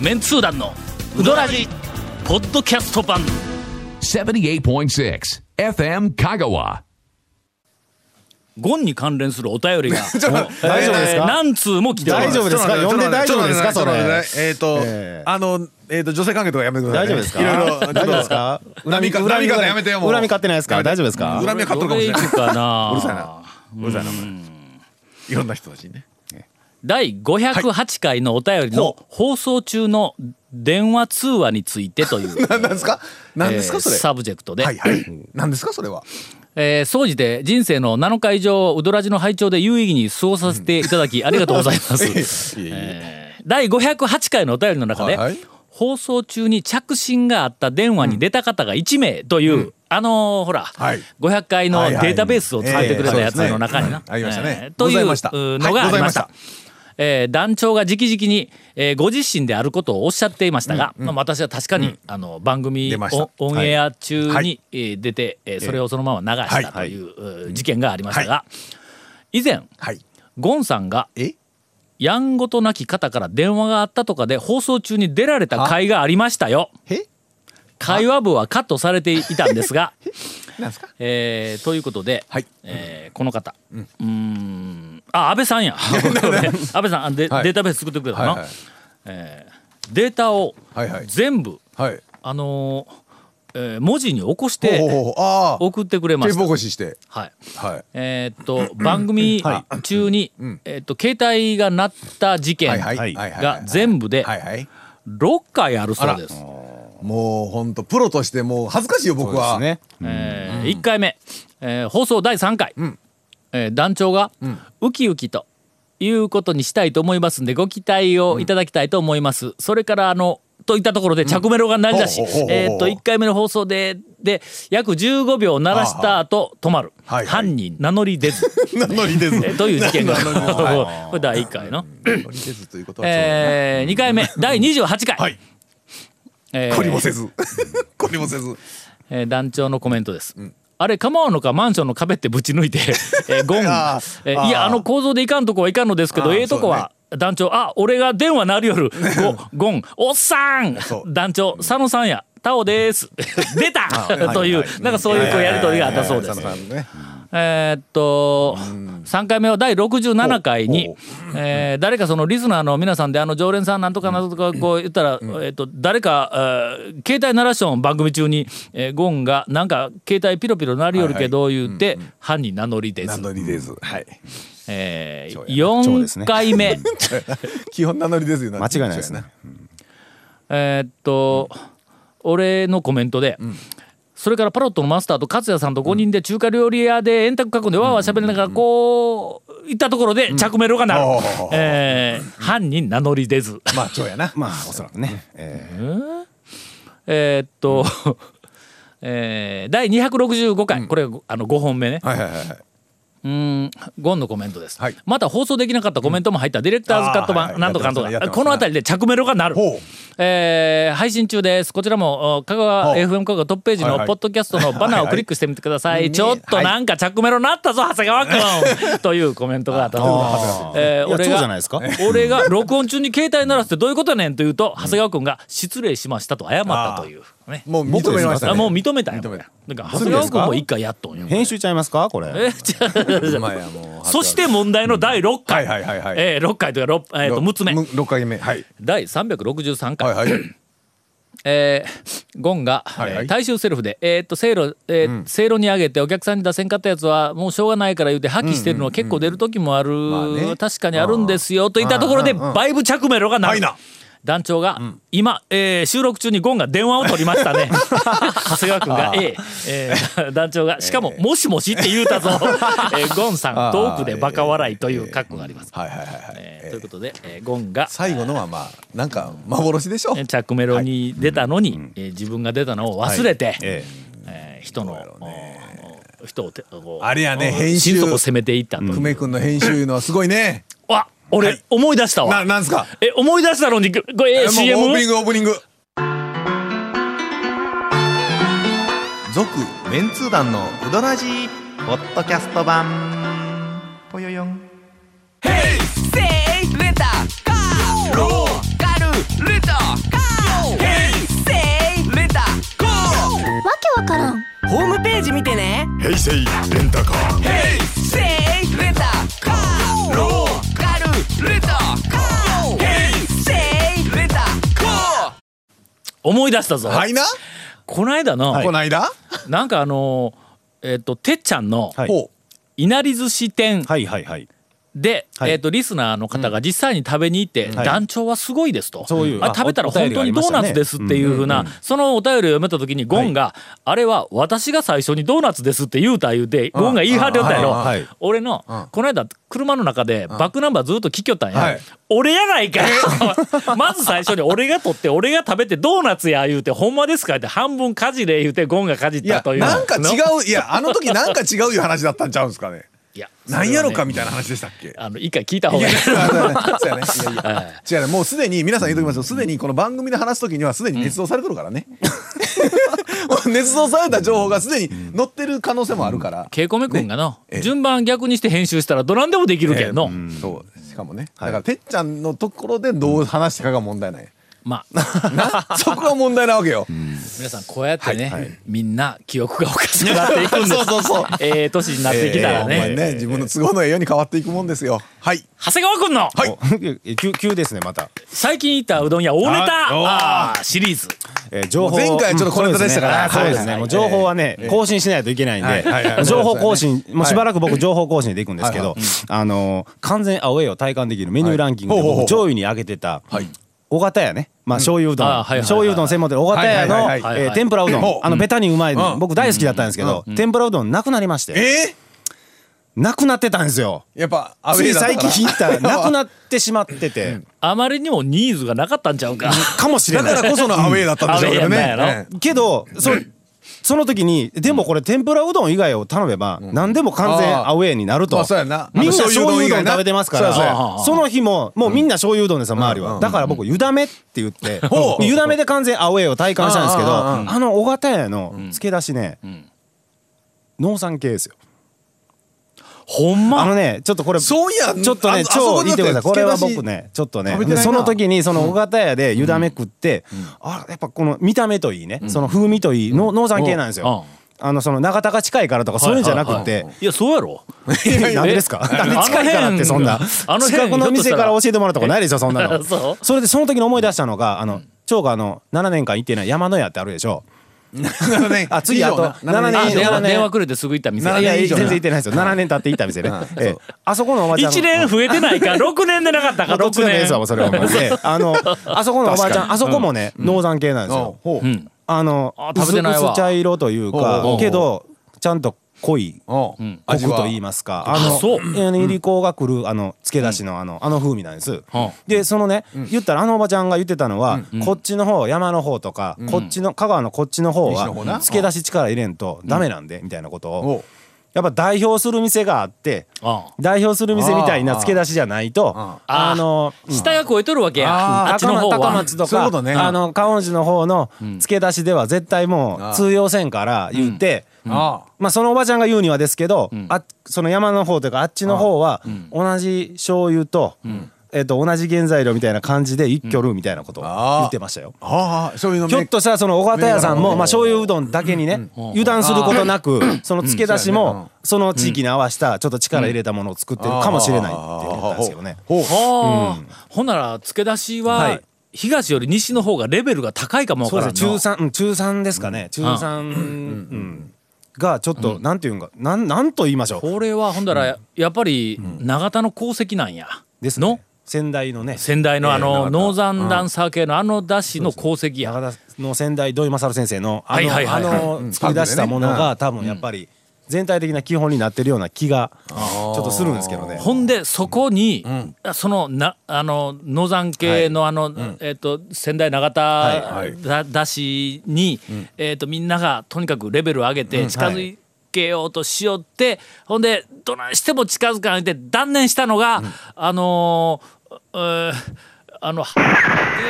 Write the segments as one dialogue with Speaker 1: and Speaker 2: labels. Speaker 1: メンツー団のウドラジポッドキャスト版
Speaker 2: 78.6 FM Kagawa.
Speaker 1: ゴンに関連するお便 りが
Speaker 3: 大丈夫です
Speaker 1: えー
Speaker 3: か
Speaker 1: 何通も来ており
Speaker 3: 大
Speaker 1: ま
Speaker 3: 丈夫
Speaker 1: す
Speaker 3: ですか呼んで大丈夫ですか
Speaker 4: ちょ
Speaker 3: そ
Speaker 4: っと待って
Speaker 3: れ
Speaker 4: ちょっと待ってえっと
Speaker 3: ええ
Speaker 4: あのえっと女性関係とかやめてくだ
Speaker 3: 大
Speaker 4: さい
Speaker 3: 丈夫
Speaker 4: ね
Speaker 3: ですか
Speaker 4: いろい ろ
Speaker 3: 大丈夫ですか
Speaker 4: 恨みか恨みかやめてよもう
Speaker 3: 恨み買ってないですか大丈夫ですか
Speaker 4: 恨みは買っとるかもしれ
Speaker 1: ど
Speaker 4: な
Speaker 1: れ
Speaker 4: い
Speaker 1: いくかな
Speaker 4: うるさいなうるさいなお前いろんな人たちにね
Speaker 1: 第508回のお便りの放送中の電話通話についてと いう、
Speaker 4: 何ですか何
Speaker 1: え
Speaker 4: です
Speaker 1: ー
Speaker 4: かそれ
Speaker 1: サブジェクトで、
Speaker 4: はいはい何ですかそれは
Speaker 1: えー総じて人生の7日以上ウドラジの拝聴で有意義に過ごさせていただきありがとうございます えー第508回のお便りの中で、
Speaker 4: はいはい
Speaker 1: 放送中に着信があった電話に出た方が1名という、あのーほら、
Speaker 4: はい
Speaker 1: 500回のデータベースを使ってくれたやつの中にな、
Speaker 4: はいはいそうです
Speaker 1: え
Speaker 4: ねありましたね
Speaker 1: ーとい
Speaker 4: ございうました
Speaker 1: うのがありました。
Speaker 4: はいございま
Speaker 1: えー団長が直々に、えーご自身であることをおっしゃっていましたが、まあ、私は確かに、あの番組
Speaker 4: 出ました
Speaker 1: オオンエア中に、
Speaker 4: はい
Speaker 1: えー出て、えーそれをそのまま流したと
Speaker 4: はい
Speaker 1: いう、うー事件がありましたが、以前
Speaker 4: はい
Speaker 1: ゴンさんが
Speaker 4: え
Speaker 1: やんごとなき方から電話があったとかで放送中に出られた回がありましたよ。
Speaker 4: え
Speaker 1: 会話部はカットされていたんです が、
Speaker 4: 何ですか
Speaker 1: えーということで、
Speaker 4: はい
Speaker 1: えーこの方、うーん、あ安倍さんや 安倍さんあで、
Speaker 4: はい
Speaker 1: データベース作ってくれたの、
Speaker 4: はいはい
Speaker 1: データを
Speaker 4: はいはい
Speaker 1: 全部、
Speaker 4: はい
Speaker 1: あのーえー文字に起こして
Speaker 4: ほうほうほうああ
Speaker 1: 送ってくれま
Speaker 4: テー
Speaker 1: し
Speaker 4: プ起
Speaker 1: た。
Speaker 4: こしして
Speaker 1: はい
Speaker 4: はい
Speaker 1: えーっと番組中に、えーっと携帯が鳴った事件
Speaker 4: はいはいはいはいはい
Speaker 1: が全部で
Speaker 4: はいはい
Speaker 1: 6回あるそうです。
Speaker 4: もう本当プロとしてもう恥ずかしいよ僕は
Speaker 3: ね
Speaker 1: えー1回目、えー放送第3回、えー団長が、ウキウキということにしたいと思いますんでご期待をいただきたいと思います、それからあのといったところで着メロが鳴り出し、
Speaker 4: ほうほうほうほう
Speaker 1: えー、と1回目の放送でで約15秒鳴らした後止まる、
Speaker 4: はいはい
Speaker 1: 犯人名乗り出ず、
Speaker 4: 名乗り出ず
Speaker 1: えーという事 件がこ
Speaker 4: は
Speaker 1: れ第1回の、
Speaker 4: 名 乗り出ずということはそうだね
Speaker 1: え2回目第28回、
Speaker 4: はい
Speaker 1: えー
Speaker 4: 懲りもせず 懲りもせず
Speaker 1: えー団長のコメントです。あれ構わんのかマンションの壁ってぶち抜い て、えーゴン、え
Speaker 4: あ
Speaker 1: ーいやあの構造でいかんとこはいかんのですけ
Speaker 4: あ
Speaker 1: ど
Speaker 4: ー
Speaker 1: ええとこは、団長あ俺が電話なるよ るごゴンおっさん
Speaker 4: そう
Speaker 1: 団長佐野さんやタオです、 出たという、なんかそういうこうやりとりがあったそうです
Speaker 4: 佐。野さんね
Speaker 1: えーっと、3回目は第67回
Speaker 4: ほ
Speaker 1: に
Speaker 4: う、
Speaker 1: えー誰かそのリスナーの皆さんで、あの常連さんなんとかなんとかこう言ったら、えーっと、誰か、えー携帯鳴らしょん番組中に、えーゴンがなんか携帯ピロピロ鳴りよるけど言うて、犯人名乗りで
Speaker 4: 名
Speaker 1: す。
Speaker 4: 乗り出ずはい
Speaker 1: えー
Speaker 3: そうやそうです
Speaker 1: 4
Speaker 3: ね
Speaker 1: 回目、
Speaker 4: 基本名乗り出ずよな
Speaker 3: 間違いないですね
Speaker 1: えーっと、俺のコメントで、それからパロットのマスターと勝也さんと5人で中華料理屋で円卓囲んでわーわー喋りながらこう行ったところで着メロが鳴る、
Speaker 4: おー
Speaker 1: えー犯人名乗り出ず
Speaker 4: まあそうやな
Speaker 3: まあおそらくねえ
Speaker 1: えーっと、 えー第265回、これあの5本目ね、
Speaker 4: はいはいはいはい
Speaker 1: うんゴンのコメントです、
Speaker 4: はい
Speaker 1: また放送できなかったコメントも入ったディレクターズカット
Speaker 4: あーはい
Speaker 1: 版
Speaker 4: はい
Speaker 1: なんとかなんと
Speaker 4: やってますねやっ
Speaker 1: か
Speaker 4: てます
Speaker 1: こ
Speaker 4: ね
Speaker 1: の辺りで着メロが鳴る
Speaker 4: ほう、
Speaker 1: えー配信中ですこちらもお香川
Speaker 4: ほう
Speaker 1: FM 香川トップページ
Speaker 4: は
Speaker 1: の
Speaker 4: いはい
Speaker 1: ポッドキャストのバナーをクリックしてみてください、
Speaker 4: はい
Speaker 1: ちょっとなんか着メロ鳴ったぞ長谷川 君というコメントがあった
Speaker 3: あー
Speaker 1: えー
Speaker 3: いや
Speaker 1: 俺
Speaker 3: そう
Speaker 1: が
Speaker 3: じゃないですか
Speaker 1: 俺が録音中に携帯鳴らすってどういうことやねんと言うと長谷川君が失礼しましたと謝ったというね
Speaker 4: もう認めました
Speaker 1: あ
Speaker 4: ね
Speaker 1: もう認めたよ
Speaker 4: 認めた
Speaker 1: なんか長谷川君も一回やっとんよ
Speaker 3: え編集ちゃいますかこれ
Speaker 1: え違う違う違う
Speaker 4: まあやもう
Speaker 1: そして問題の第6
Speaker 4: は
Speaker 1: 回、
Speaker 4: いはいはいはい
Speaker 1: えー、6回というか、ろえー、と6つ目
Speaker 4: む六回目はい
Speaker 1: 第363回、
Speaker 4: はいはい
Speaker 1: えーゴンが、
Speaker 4: はいはい
Speaker 1: えー大衆セルフで、えーっとせいろえーせいろに上げてお客さんに出せんかったやつはもうしょうがないから言うて破棄してるのは結構出る時もある、
Speaker 4: まあね
Speaker 1: 確かにあるんですよといったところでバイブ着メロがな
Speaker 4: はい
Speaker 1: い
Speaker 4: な
Speaker 1: 団長が、今、えー収録中にゴンが電話を取りました ね長谷川君が「えええー 団長が「しかも、もしもし」って言う たぞ、えーゴンさん
Speaker 4: あー
Speaker 1: トークでバカ笑いという格好があります、
Speaker 4: はいはいはいはい
Speaker 1: えーということで、えーゴンが
Speaker 4: 最後のはまあなんか幻でしょ
Speaker 1: えー着メロに出たのに、えー自分が出たのを忘れて、
Speaker 3: え
Speaker 1: えー人の、お人をてこう
Speaker 4: あれやね
Speaker 1: お
Speaker 4: 編集
Speaker 1: 心底を攻めていったという、
Speaker 4: 久米君の編集いうのはすごいね
Speaker 1: あ俺、思い出したわ
Speaker 4: ななんすか
Speaker 1: え思い出したのにごえ
Speaker 4: え
Speaker 1: ー、
Speaker 4: もう
Speaker 1: CM?
Speaker 4: オープニングオープニング続
Speaker 5: メンツー団のウドラジーポッドキャスト版ぽよよん
Speaker 6: セイレタカーローカルレタけわからん
Speaker 7: ホームページ見てね
Speaker 8: 平成レンタカー
Speaker 7: せいレタカーローカルレタカーへいせいレタカ
Speaker 1: 思い出したぞ、
Speaker 4: はいな
Speaker 1: この間の、
Speaker 4: こないだ
Speaker 1: なんかあのーえっ、とてっちゃんの
Speaker 3: はい
Speaker 4: ほ
Speaker 1: いなり寿司店
Speaker 3: はいはいはい
Speaker 1: で、
Speaker 3: はい
Speaker 1: えっ、とリスナーの方が実際に食べに行って、
Speaker 3: い
Speaker 1: 団長はすごいですと、
Speaker 3: そういう
Speaker 1: あ
Speaker 3: あ
Speaker 1: 食べたら
Speaker 3: おお便
Speaker 1: 本
Speaker 3: り
Speaker 1: 当にドーナツですっていうふうな、そのお便りを読めた時にゴンが、あれは私が最初にドーナツですって言うた言うて、ゴンが言い張ってたやろ、
Speaker 3: あはい
Speaker 1: 俺の、この間車の中でバックナンバーずっと聞きよったんや、
Speaker 4: はい
Speaker 1: 俺やないかい まず最初に俺が取って俺が食べてドーナツや言うてほんまですかって半分かじれ言うてゴンがかじっ
Speaker 4: いや
Speaker 1: たという
Speaker 4: なんか違
Speaker 1: の
Speaker 4: ういやあの時なんか違ういう話だったんちゃうんすかね
Speaker 1: いや
Speaker 4: なんや
Speaker 1: それ
Speaker 4: ろ
Speaker 1: は
Speaker 4: か
Speaker 1: ね
Speaker 4: みたいな話でしたっけ
Speaker 1: あの一回 聞いた方
Speaker 4: い
Speaker 1: が
Speaker 4: や
Speaker 1: い
Speaker 4: い
Speaker 1: い
Speaker 4: やそうやねそうやねいやいや違うねもうすでに皆さん言うときますよすでにこの番組で話すときにはすでに捏造されてるからねも う捏造された情報がすでに載ってる可能性もあるから
Speaker 1: ケイコメ君がの、
Speaker 4: ええ
Speaker 1: 順番逆にして編集したらどなんでもできるけんの、
Speaker 4: そうしかもねだからてっちゃんのところでどう話したかが問題ない
Speaker 1: まあ
Speaker 4: なそこが問題なわけよ
Speaker 1: 皆さんこうやってね、みんな記憶がおかしくなっていくんです ええ年になってきたらね,、
Speaker 4: ええほんまにね自分の都合のええように変わっていくもんですよはい
Speaker 1: 長谷川君の
Speaker 3: はい 急急ですねまた
Speaker 1: 最近行ったうどん屋大ネタあ
Speaker 3: あ
Speaker 1: ーシリーズ
Speaker 3: えー情報
Speaker 4: 前回ちょっと小ネタでしたから
Speaker 3: うんそうですねあーそうですねもう情報はね更新しないといけないん
Speaker 4: はいはいは
Speaker 3: で
Speaker 4: い
Speaker 3: 情報更新もうしばらく僕情報更新でいくんですけどあのー完全アウェイを体感できるメニューランキングで
Speaker 4: はいほうほうほ
Speaker 3: 僕
Speaker 4: う
Speaker 3: 上位に上げてた
Speaker 4: はい
Speaker 3: 尾形屋ねまあ醤油うどん
Speaker 1: あーはいはいはい
Speaker 3: 醤油うどん専門店尾形屋
Speaker 4: はい
Speaker 3: の
Speaker 4: は
Speaker 3: え
Speaker 4: いはいはい
Speaker 1: はい
Speaker 3: ー天ぷらうど
Speaker 4: ほ
Speaker 3: ん
Speaker 4: う
Speaker 3: あのベタにうまい
Speaker 4: うん
Speaker 3: 僕大好きだったんですけど天ぷらうどんなくなりまして
Speaker 4: え
Speaker 3: なくなってたんですよ
Speaker 4: ーやっぱアウ
Speaker 3: つ
Speaker 4: ェ
Speaker 3: い
Speaker 4: イだった
Speaker 3: 最
Speaker 4: か
Speaker 3: 近引いたらなく
Speaker 4: ら
Speaker 3: なってしまってて
Speaker 1: あまりにもニーズがなかったんちゃうか
Speaker 3: かもしれ
Speaker 4: だ
Speaker 3: ない
Speaker 4: からこそのアウェイだったんでしょうけどね
Speaker 1: アウェイやったんやろ
Speaker 4: ええ
Speaker 3: けどそその時にでもこれ天ぷらうどん以外を頼めば何でも完全アウェーになると、
Speaker 4: あーまあそうやな
Speaker 3: みんな
Speaker 4: あの
Speaker 3: 醤油うどん
Speaker 4: な
Speaker 3: 食べてますか
Speaker 4: そう
Speaker 3: ら
Speaker 4: やそうや
Speaker 3: その日ももうみんな醤油うどんでさ周りは、だから僕湯だめって言って、
Speaker 4: ほう
Speaker 3: 湯だめで完全アウェーを体感したんですけど
Speaker 4: あ
Speaker 3: あの尾形屋の漬け出しね、農産系ですよ
Speaker 1: ほんま
Speaker 3: あのねちょっとこれ
Speaker 4: そういや
Speaker 3: ちょっと
Speaker 4: あ
Speaker 3: ね
Speaker 4: あそ
Speaker 3: 超
Speaker 4: こ
Speaker 3: 見
Speaker 4: に
Speaker 3: てください
Speaker 4: だって
Speaker 3: これは
Speaker 4: 付け出し
Speaker 3: 僕ねちょっとね
Speaker 4: 食べてないな
Speaker 3: その時にその尾形屋で湯だめ食って、あやっぱこの見た目といいね、その風味といい、の農産系なんですよ、あのその長田が近いからとかそういうんじゃなくて、
Speaker 1: いやそうやろ
Speaker 3: えなんでですか
Speaker 1: え
Speaker 3: なんで近いからってそんな
Speaker 1: あの辺あの辺
Speaker 3: 近くの店から教えてもらったことないでしょそんなの
Speaker 1: そう
Speaker 3: それでその時に思い出したのがあの長があの7年間行ってない山の屋ってあるでしょ
Speaker 4: 7年
Speaker 3: あ次あと7
Speaker 1: あ
Speaker 3: 年以上
Speaker 1: 電話
Speaker 3: ね
Speaker 1: 電話くれてすぐ行った店
Speaker 3: いやいや
Speaker 4: 以上
Speaker 3: 全然行ってないですよ7年経って行った店ね、ええあそこのおばちゃん
Speaker 1: 1年増えてないか6年でなかったか
Speaker 3: どっち
Speaker 1: 6
Speaker 3: でもええですわ
Speaker 1: 年
Speaker 3: もうそれはもうねあのあそこのおばあちゃんあそこもね農産系なんです
Speaker 4: あ
Speaker 3: よ
Speaker 4: ほう
Speaker 3: あの
Speaker 1: あ食
Speaker 3: 薄
Speaker 1: べてないわ
Speaker 3: 々茶色という
Speaker 4: ほうほうほ
Speaker 3: か
Speaker 4: う
Speaker 3: けどちゃんと濃いコ
Speaker 4: お
Speaker 3: クと言
Speaker 4: い
Speaker 3: いますか
Speaker 1: 味はあそう
Speaker 3: えーいりこがくるあの漬け出しのあのあの風味なんです
Speaker 1: はあ
Speaker 3: でそのね言ったらあのおばちゃんが言ってたのはこっちの方山の方とかこっちの香川のこっちの方
Speaker 4: 西
Speaker 3: は
Speaker 4: の方な
Speaker 3: 漬け出し力入れんとダメなんでみたいなこと
Speaker 4: お
Speaker 3: をやっぱ代表する店があって
Speaker 1: あ
Speaker 3: 代表する店みたいな漬け出しじゃないと
Speaker 4: あ
Speaker 1: あ
Speaker 3: あの
Speaker 1: 下が超えとるわけや
Speaker 4: あー
Speaker 1: あっちの
Speaker 3: 高松
Speaker 1: 方
Speaker 3: 高
Speaker 1: は
Speaker 3: 松と
Speaker 4: そういう
Speaker 3: か
Speaker 4: ことね
Speaker 3: あの観音寺の方の漬け出しでは絶対もう通用せんから言って、
Speaker 4: あ
Speaker 3: まあそのおばちゃんが言うにはですけど、あその山の方というかあっちの方は同じ醤油と、えっと同じ原材料みたいな感じで一挙るみたいなことを
Speaker 4: あー
Speaker 3: 言ってましたよ。
Speaker 4: ああそういうの
Speaker 3: ひょっとしたらその尾形屋さんもまあ醤油うどんだけにね油断することなくその漬け出しもその地域に合わせたちょっと力入れたものを作ってるかもしれないって言ったんですけどね。
Speaker 4: ほう
Speaker 1: はあ、ほんなら付け出し
Speaker 3: は
Speaker 1: はい東より西の方がレベルが高いかもわ
Speaker 3: そう
Speaker 1: か
Speaker 3: です
Speaker 1: ら
Speaker 3: ね
Speaker 1: んの
Speaker 3: 中3、うん、中3ですかね中3、うんがちょっと、なんていうんかなんなんと言いましょう
Speaker 1: これはほんだらやっぱり長田の功績なんや、
Speaker 3: ですね
Speaker 1: の
Speaker 3: 仙台のね
Speaker 1: 先代のあ
Speaker 3: え
Speaker 1: の
Speaker 3: ー
Speaker 1: ノーザンダンサー系のあの出汁の功績や、
Speaker 3: 長田の仙台土井勝先生のあ
Speaker 1: はい
Speaker 3: の,、
Speaker 1: はいはいはい
Speaker 3: あの作り出したものが、多分やっぱり全体的な基本になってるような気がちょっとするんですけどね。
Speaker 1: ほんでそこに、そのなあのノザン系のあの、えっ、と仙台長田
Speaker 4: い
Speaker 1: だだしに、えっ、とみんながとにかくレベルを上げて近づけようとしよって、ほんでどないしても近づかないで断念したのが、あのー、えーあの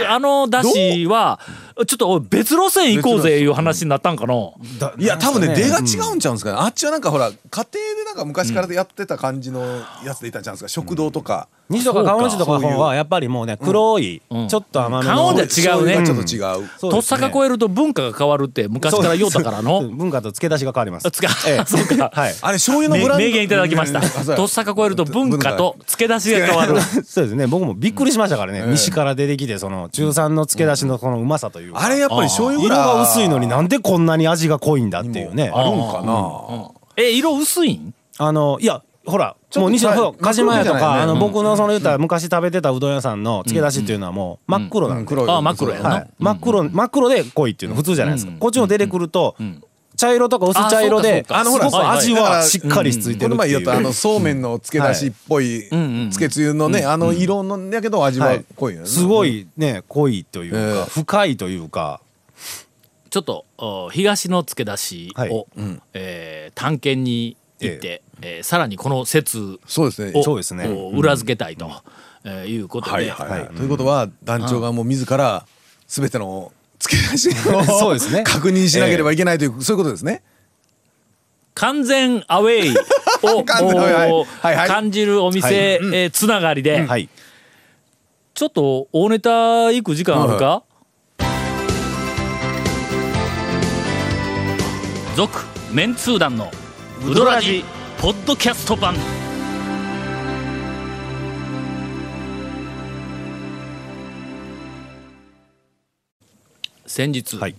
Speaker 1: あのだしはちょっとおい別路線行こうぜいう話になったんかな。
Speaker 3: だ
Speaker 4: いや多分
Speaker 3: な
Speaker 4: ね
Speaker 3: んす
Speaker 4: 出
Speaker 3: か
Speaker 4: が違うんちゃうんですかねあっちはなんかほら家庭でなんか昔からやってた感じのやつでいたんちゃうんですか食堂とか
Speaker 3: 西とか川内とかの方はやっぱりもうね黒い
Speaker 1: うん
Speaker 3: ちょっと甘めの
Speaker 1: 川内違うね
Speaker 4: 醤油がちょっと違う。
Speaker 3: そう
Speaker 1: と
Speaker 3: で
Speaker 1: っ
Speaker 3: すね
Speaker 1: さか超えると文化が変わるって昔から言うたから
Speaker 3: そう
Speaker 1: の
Speaker 3: 文化と付け出しが変わります
Speaker 1: あ つか、そうか、
Speaker 3: はい
Speaker 4: あれ醤油の
Speaker 1: め
Speaker 4: ブランド
Speaker 1: 名言いただきました
Speaker 4: うんあそうや
Speaker 1: とっさか超えると文化と付け出しが変わる
Speaker 3: そうですね僕もびっくりしましたからね、西から出てきてその中3の漬け出しのこのうまさというか
Speaker 4: あれやっぱり醤油
Speaker 3: 色
Speaker 4: が
Speaker 3: が薄いのになんでこんなに味が濃いんだっていうね
Speaker 4: あるんかな。
Speaker 1: え色薄いん
Speaker 3: あのいやほら
Speaker 4: ょっと
Speaker 3: もう西
Speaker 4: は
Speaker 3: の
Speaker 4: い
Speaker 3: そう鹿島屋と
Speaker 4: 真っ
Speaker 3: か
Speaker 4: 黒じゃないね
Speaker 3: あの
Speaker 4: うん
Speaker 3: 僕のその言ったら昔食べてたうどん屋さんの漬け出しっていうのはもう真っ黒なんで、
Speaker 4: 黒い
Speaker 1: あ真っ黒やな、
Speaker 3: はい、真っ黒真っ黒で濃いっていうの普通じゃないですか、こっちの出てくると茶色とか薄茶色で
Speaker 1: あ
Speaker 3: あ
Speaker 1: そ
Speaker 3: の
Speaker 1: うか
Speaker 3: ほ
Speaker 1: そうか
Speaker 3: ら
Speaker 1: はいはい
Speaker 3: 味はしっかりしついて
Speaker 4: こ
Speaker 3: る
Speaker 4: の
Speaker 3: って
Speaker 4: 前
Speaker 3: い
Speaker 4: 言っ
Speaker 3: う
Speaker 4: たあのそうめんのつけ出しっぽいつけつゆのねあの色のやけど味は濃いよね
Speaker 3: すごいね濃いというか、
Speaker 4: ええ
Speaker 3: 深いというか
Speaker 1: ちょっとお東の付け出しを、
Speaker 3: はい
Speaker 1: えー探検に行って、えーさらにこの説
Speaker 4: そうですね
Speaker 1: を
Speaker 3: そうですね
Speaker 1: お裏付けたいと、えーいうことで、
Speaker 4: はいはいはいということは団長がもう自ら全てのつけ出し
Speaker 3: そう
Speaker 4: を
Speaker 3: ですね
Speaker 4: 確認しなければいけないというそういうことですね
Speaker 1: 完全アウェイを
Speaker 4: 完全アウェイはい
Speaker 1: お
Speaker 4: はいはい
Speaker 1: 感じるお店、えーつながりで、
Speaker 3: はい
Speaker 1: ちょっと大ネタ行く時間あるか続、メンツー団のウドラジポッドキャスト版先日、
Speaker 3: はい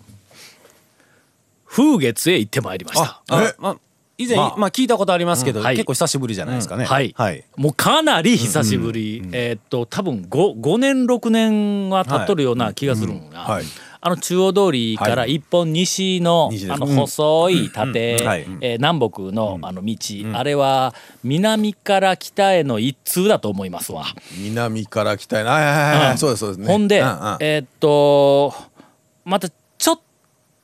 Speaker 1: 風月へ行ってまいりました
Speaker 3: あまあ以前、
Speaker 1: ま
Speaker 3: ま
Speaker 1: あ
Speaker 3: あ、聞いたことありますけど、
Speaker 1: うんはい
Speaker 3: 結構久しぶりじゃないですかね、
Speaker 1: はい、もうかなり久しぶり、えーっと多分 5, 5年6年は経っとるような気がするんが、
Speaker 4: はい
Speaker 1: あの中央通りから一本西の,、
Speaker 4: 西です
Speaker 1: あの細い縦、
Speaker 3: うんはい
Speaker 1: えー南北のあの道、あれは南から北への一通だと思いますわ。
Speaker 4: 南から北へはいはいは
Speaker 1: うん
Speaker 4: いそうですそうですね
Speaker 1: ほんで、
Speaker 4: ううん
Speaker 1: えーっとまたちょっ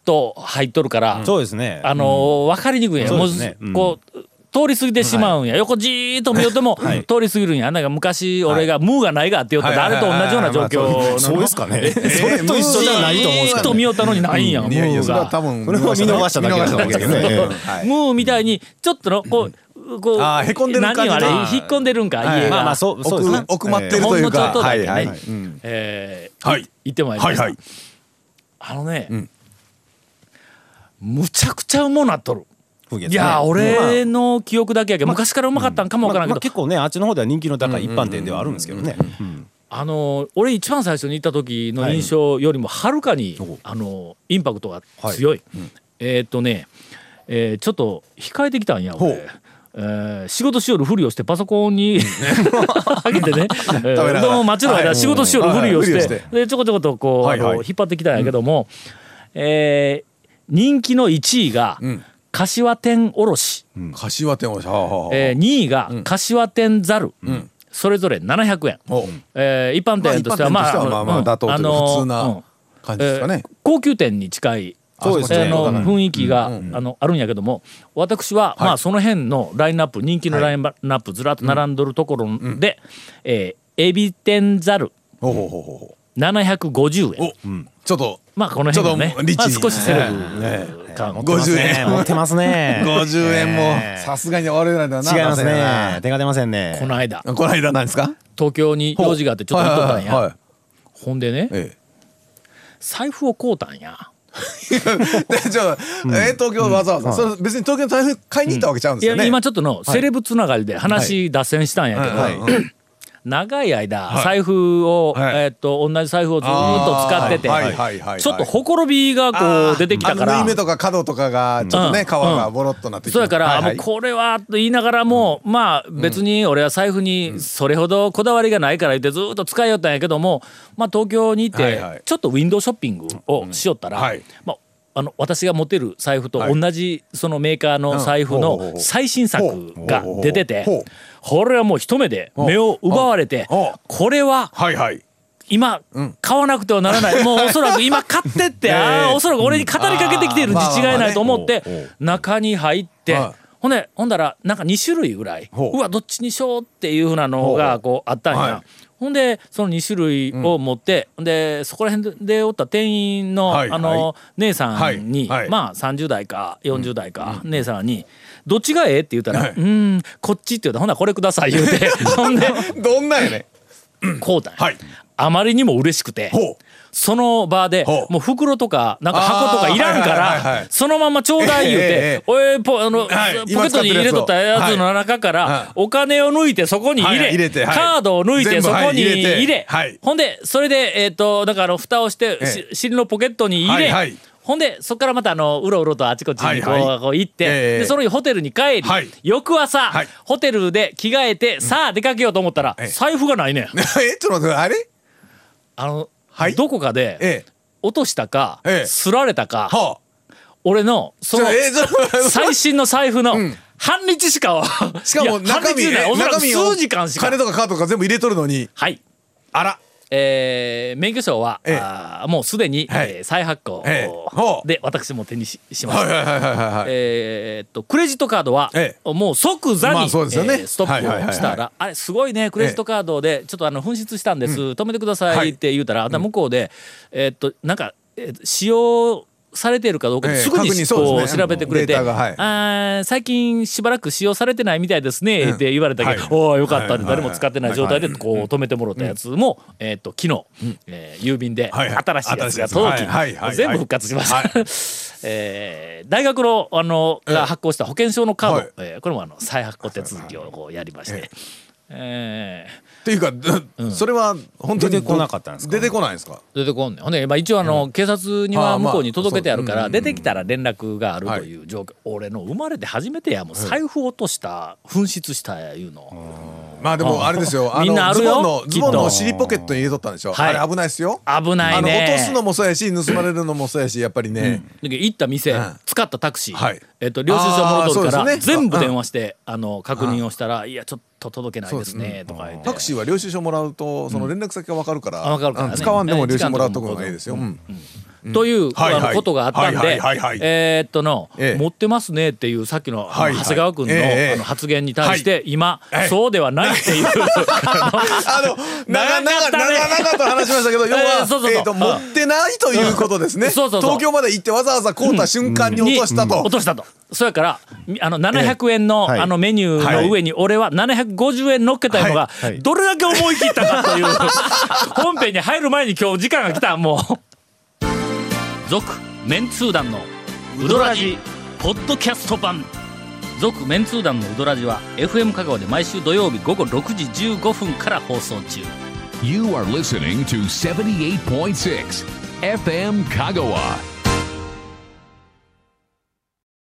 Speaker 1: と入っとるから、
Speaker 3: そうですね
Speaker 1: あの分かりにくいんや、
Speaker 3: そう
Speaker 1: もう
Speaker 3: ですねうん
Speaker 1: こう通り過ぎてしまうんや、横じーっと見よっても、通り過ぎるんやなんか昔俺が「ムーがないが」って言ったら、
Speaker 4: はい
Speaker 1: あれと同じような状況なの
Speaker 3: そうですかねそれと一緒じゃないと思うん
Speaker 1: じーっ
Speaker 3: ですけ
Speaker 1: と
Speaker 3: ど
Speaker 1: 見よったのにないんや、ム
Speaker 4: いやいや
Speaker 1: ー
Speaker 4: それは
Speaker 1: が。
Speaker 4: 多分
Speaker 3: それは見逃しただけ
Speaker 4: 見逃しただけですね
Speaker 3: ええ
Speaker 4: はい
Speaker 1: ムーみたいにちょっとのこうこう
Speaker 4: あーへこんでる感じ
Speaker 1: 何よあれ
Speaker 4: はい
Speaker 1: 引っ込んでるんか、家が、
Speaker 3: まあまあそうそうですね
Speaker 4: 奥奥まってる
Speaker 1: ほ
Speaker 4: と
Speaker 1: ん
Speaker 4: い
Speaker 1: の
Speaker 4: う
Speaker 1: ちょっ
Speaker 4: か
Speaker 1: とだけね、
Speaker 3: はいはい
Speaker 1: えー
Speaker 4: はい
Speaker 1: 行ってまいりました、
Speaker 4: はいはい
Speaker 1: あのね、むちゃくちゃうもなっとる。
Speaker 3: 風月ね
Speaker 1: いやー俺の記憶だけやけど昔からうまかったんかもわからん
Speaker 3: ま
Speaker 1: けど
Speaker 3: あ結構ねあっちの方では人気の高い一般店ではあるんですけどね
Speaker 1: あのー俺一番最初に行った時の印象よりもはるかに
Speaker 3: お
Speaker 1: あのーインパクトが強いえーっとねえーちょっと控えてきたんや俺
Speaker 4: う
Speaker 1: えー仕事しよるふりをしてパソコン にあげて ねえ
Speaker 4: が
Speaker 1: ー
Speaker 4: ら
Speaker 1: どうも街の間仕事しよるふりを
Speaker 4: はい
Speaker 1: し
Speaker 4: ふりを
Speaker 1: て
Speaker 4: し
Speaker 1: でちょこちょことこうあ
Speaker 4: はいはい
Speaker 1: の引っ張ってきたんやけどもえー人気の1位が
Speaker 4: ん
Speaker 1: 柏天おろし
Speaker 4: 柏店をはあはあ
Speaker 1: えー2位が柏天ざる、
Speaker 4: ん
Speaker 1: それぞれ700円、
Speaker 4: お
Speaker 1: えー一般店としては
Speaker 4: まあ
Speaker 1: ま
Speaker 4: 一般店として
Speaker 1: あ
Speaker 4: はまあまあ
Speaker 1: うん
Speaker 4: 妥当というか
Speaker 1: のー
Speaker 4: 普通な
Speaker 1: うん
Speaker 4: 感じですか
Speaker 1: え
Speaker 4: ね
Speaker 1: ー高級店に近い
Speaker 4: そうですね
Speaker 1: あの
Speaker 4: うん
Speaker 1: 雰囲気が、あのあるんやけども私は、まあその辺のラインナップ人気のラインナップずらっと並んどるところで、えーエビ天ざる
Speaker 4: ほうほうほうほうほ
Speaker 1: 750円
Speaker 4: うおちょっと
Speaker 1: まあこの辺のね
Speaker 4: ちょっとリッ
Speaker 1: まあ、
Speaker 4: チに
Speaker 1: 少しセレ
Speaker 4: え
Speaker 1: ブ感、
Speaker 4: え50円
Speaker 3: 持って ますね
Speaker 4: 50円
Speaker 3: え
Speaker 4: もさすがに我々 だな
Speaker 3: ー違います
Speaker 4: 出せな
Speaker 3: ね手が出ませんね
Speaker 1: この間
Speaker 4: この間なんですか
Speaker 1: 東京に用事があってちょっと行っとったんや、
Speaker 4: はいはいはいはい
Speaker 1: ほんでね
Speaker 4: え
Speaker 1: 財布を買うたんや。
Speaker 4: え でじゃあえ東京わざわざそれ別に東京の台風買いに行ったわけちゃうんですよ
Speaker 1: いや
Speaker 4: ね
Speaker 1: 今ちょっとのセレブつながりで話脱線したんやけど、長い間財布を、
Speaker 4: はい
Speaker 1: えーっと同じ財布をずーっと使ってて、
Speaker 4: はいはいはいはい
Speaker 1: ちょっとほころびがこう出てきたか
Speaker 4: あ
Speaker 1: ら
Speaker 4: の縫い目とか角とかがちょっと
Speaker 1: うん
Speaker 4: ね皮がボロっとなってきて
Speaker 1: そうやから、
Speaker 4: はいはい
Speaker 1: もうこれはと言いながらも、まあ別に俺は財布にそれほどこだわりがないから言ってずーっと使いよったんやけども、まあ、東京にい
Speaker 4: は
Speaker 1: て
Speaker 4: いはい
Speaker 1: ちょっとウィンドウショッピングをしよったら、
Speaker 4: うんはい
Speaker 1: まああの私が持てる財布と同じそのメーカーの財布
Speaker 4: うんほうほう
Speaker 1: の
Speaker 4: ほう
Speaker 1: 最新作が出てて
Speaker 4: ほう
Speaker 1: これはもう一目で目を奪われて
Speaker 4: うんうん
Speaker 1: これは
Speaker 4: はいはい
Speaker 1: 今買わなくてはならないもうおそらく今買ってって ああおそらく俺に語りかけてきているに違いないと思って
Speaker 4: あーまあまあね
Speaker 1: 中に入って
Speaker 4: は
Speaker 1: ほんでほんだらなんか2種類ぐらい
Speaker 4: ほう
Speaker 1: うわどっちにしようっていうふうなのがこうあったん
Speaker 4: は
Speaker 1: や
Speaker 4: い。
Speaker 1: ほほんでその2種類を持って、でそこら辺でおった店員の、
Speaker 4: はい
Speaker 1: あの、
Speaker 4: は
Speaker 1: 姉さんに、
Speaker 4: はいはい
Speaker 1: まあ30代か40代か、姉さんに「どっちがええ?」って言ったら「うーんこっち」って言うたら「ほなこれください」言う てほんで
Speaker 4: どんなんやね
Speaker 1: こうたんや、
Speaker 4: はい
Speaker 1: あまりにも嬉しくて
Speaker 4: ほう
Speaker 1: その場で
Speaker 4: ほう
Speaker 1: もう袋とかなんか箱とかいらんか
Speaker 4: あーはいはいはいは
Speaker 1: ら
Speaker 4: い
Speaker 1: そのままちょうだい言う
Speaker 4: ええ
Speaker 1: て
Speaker 4: ええ
Speaker 1: おいポあのポケ
Speaker 4: はい
Speaker 1: ットに入れとったやつの中か
Speaker 4: はい
Speaker 1: ら
Speaker 4: はい
Speaker 1: お金を抜いてそこに入
Speaker 4: はい入
Speaker 1: れ
Speaker 4: れてはい
Speaker 1: カードを抜いて
Speaker 4: 全部
Speaker 1: そこに
Speaker 4: はい入れて
Speaker 1: 入れ
Speaker 4: はい
Speaker 1: ほんでそれでえっとだからあの蓋をしてし
Speaker 4: え
Speaker 1: 尻のポケットに入
Speaker 4: はいは
Speaker 1: れ
Speaker 4: い
Speaker 1: ほんでそこからまたあのうろうろとあちこちにこ
Speaker 4: はいうはい
Speaker 1: こう行って
Speaker 4: ええ
Speaker 1: でその日ホテルに帰り
Speaker 4: はい
Speaker 1: 翌朝
Speaker 4: はい
Speaker 1: ホテルで着替えてさあ出かけようと思ったら
Speaker 4: ええ
Speaker 1: 財布がないねん。
Speaker 4: えちょっと待ってあれ
Speaker 1: あの、
Speaker 4: はい
Speaker 1: どこかで、
Speaker 4: ええ
Speaker 1: 落としたか、
Speaker 4: ええ
Speaker 1: すられたか、
Speaker 4: は
Speaker 1: 俺のそ
Speaker 4: あち
Speaker 1: の
Speaker 4: ょえちょっと待って
Speaker 1: 最新の財布の半日しか、
Speaker 4: しかも
Speaker 1: いや半
Speaker 4: 中
Speaker 1: 日
Speaker 4: 身
Speaker 1: じゃない
Speaker 4: え
Speaker 1: おそらく
Speaker 4: 中身を
Speaker 1: 数時間しか
Speaker 4: 金とかカードとか全部入れとるのに
Speaker 1: はい、
Speaker 4: あら
Speaker 1: えー、免許証は、
Speaker 4: ええ
Speaker 1: あーもうすでに、
Speaker 4: はい
Speaker 1: えー再発行、
Speaker 4: ええほう
Speaker 1: で私も手にししました、
Speaker 4: はいはいはいはいはいはい
Speaker 1: えーっとクレジットカードは、
Speaker 4: え
Speaker 1: もう即座に、
Speaker 4: まあそうですよね
Speaker 1: えーストップをしたら、
Speaker 4: はいはいはいはい
Speaker 1: あれすごいねクレジットカードでちょっとあの紛失したんです、止めてくださいって言うたら、あんた向こうで、えーっとなんか、えー使用されてるかどうか
Speaker 4: ええ
Speaker 1: すぐに
Speaker 4: 確認そう
Speaker 1: こ
Speaker 4: で
Speaker 1: う
Speaker 4: すね
Speaker 1: 調べてくれて、
Speaker 4: データがはい
Speaker 1: あー最近しばらく使用されてないみたいですねって言われたけど、おおよかったね、
Speaker 4: はい
Speaker 1: 誰も使ってない状態でこう止めてもらったやつも、えーっと昨日、えー郵便で
Speaker 4: はいはい
Speaker 1: 新しいやつが
Speaker 4: 新しい
Speaker 1: 届
Speaker 4: やつはいはいはいは
Speaker 1: き
Speaker 4: い
Speaker 1: 全部復活しました。
Speaker 4: はい
Speaker 1: えー大学のあのが発行した保険証のカード、
Speaker 4: はい
Speaker 1: えーこれもあの再発行手続きをこうやりまして、え
Speaker 4: っていうか、それは本当に
Speaker 3: 出てこなかったんですか
Speaker 4: 出てこないんですか
Speaker 1: ー出てこんねんほんで、まあ、一応あの、警察には
Speaker 4: あーま
Speaker 1: 向
Speaker 4: あ
Speaker 1: こうに届けてあるから、
Speaker 4: そう
Speaker 1: 出てきたら連絡があるという状況、俺の生まれて初めてやもう財布落とした紛失したいうの、
Speaker 4: まあでもあれですよあ
Speaker 1: みんなあ
Speaker 4: の
Speaker 1: る
Speaker 4: ズ
Speaker 1: よ
Speaker 4: ボンの
Speaker 1: きっと
Speaker 4: ズボンの尻ポケットに入れとったんでしょ
Speaker 1: はい
Speaker 4: あれ危ないですよ
Speaker 1: 危ないね
Speaker 4: あの落とすのもそうやし盗まれるのもそうやしやっぱりね
Speaker 1: だけど行った店、
Speaker 4: うん
Speaker 1: 使ったタクシー、
Speaker 4: はい
Speaker 1: えっと領収書もろとるか
Speaker 4: あーそう
Speaker 1: ら、
Speaker 4: ですね
Speaker 1: 全部電話して、あの確認をしたら「いやちょっと届けないですね」とか言って。
Speaker 4: タクシーは領収書もらうとその連絡先が分かるから
Speaker 1: あわかるからね
Speaker 4: うん使わんでも領収書もらうところがいいですようん
Speaker 1: という、
Speaker 4: はいはい
Speaker 1: あのことがあったんで、
Speaker 4: はいはいはいはい
Speaker 1: えーっとの、
Speaker 4: ええ
Speaker 1: 持ってますねっていうさっきの,、
Speaker 4: はいは
Speaker 1: 長
Speaker 4: い
Speaker 1: 谷川君の,、
Speaker 4: ええ
Speaker 1: あの発言に対して、
Speaker 4: は
Speaker 1: 今、
Speaker 4: ええ
Speaker 1: そうではないっていう 長かった
Speaker 4: あの長々
Speaker 1: ね
Speaker 4: 長々と話しましたけど要
Speaker 1: えーそうそうそう
Speaker 4: はえーと持ってないということですね
Speaker 1: うんそうそうそう
Speaker 4: 東京まで行ってわざわざ買うた瞬間に落
Speaker 1: に
Speaker 4: としたと
Speaker 1: 落としたとそやからみあの700円の,、
Speaker 3: はい
Speaker 1: あのメニューの上に俺は750円乗っけたいうのが、
Speaker 3: はいはい
Speaker 1: どれだけ思い切ったかという本編に入る前に今日時間が来たもう「続・メンツー団のウドラジポッドキャスト版」続メンツー団のウドラジは FM 香川で毎週土曜日午後6時15分から放送中
Speaker 2: You are listening to 78.6 FM Kagawa.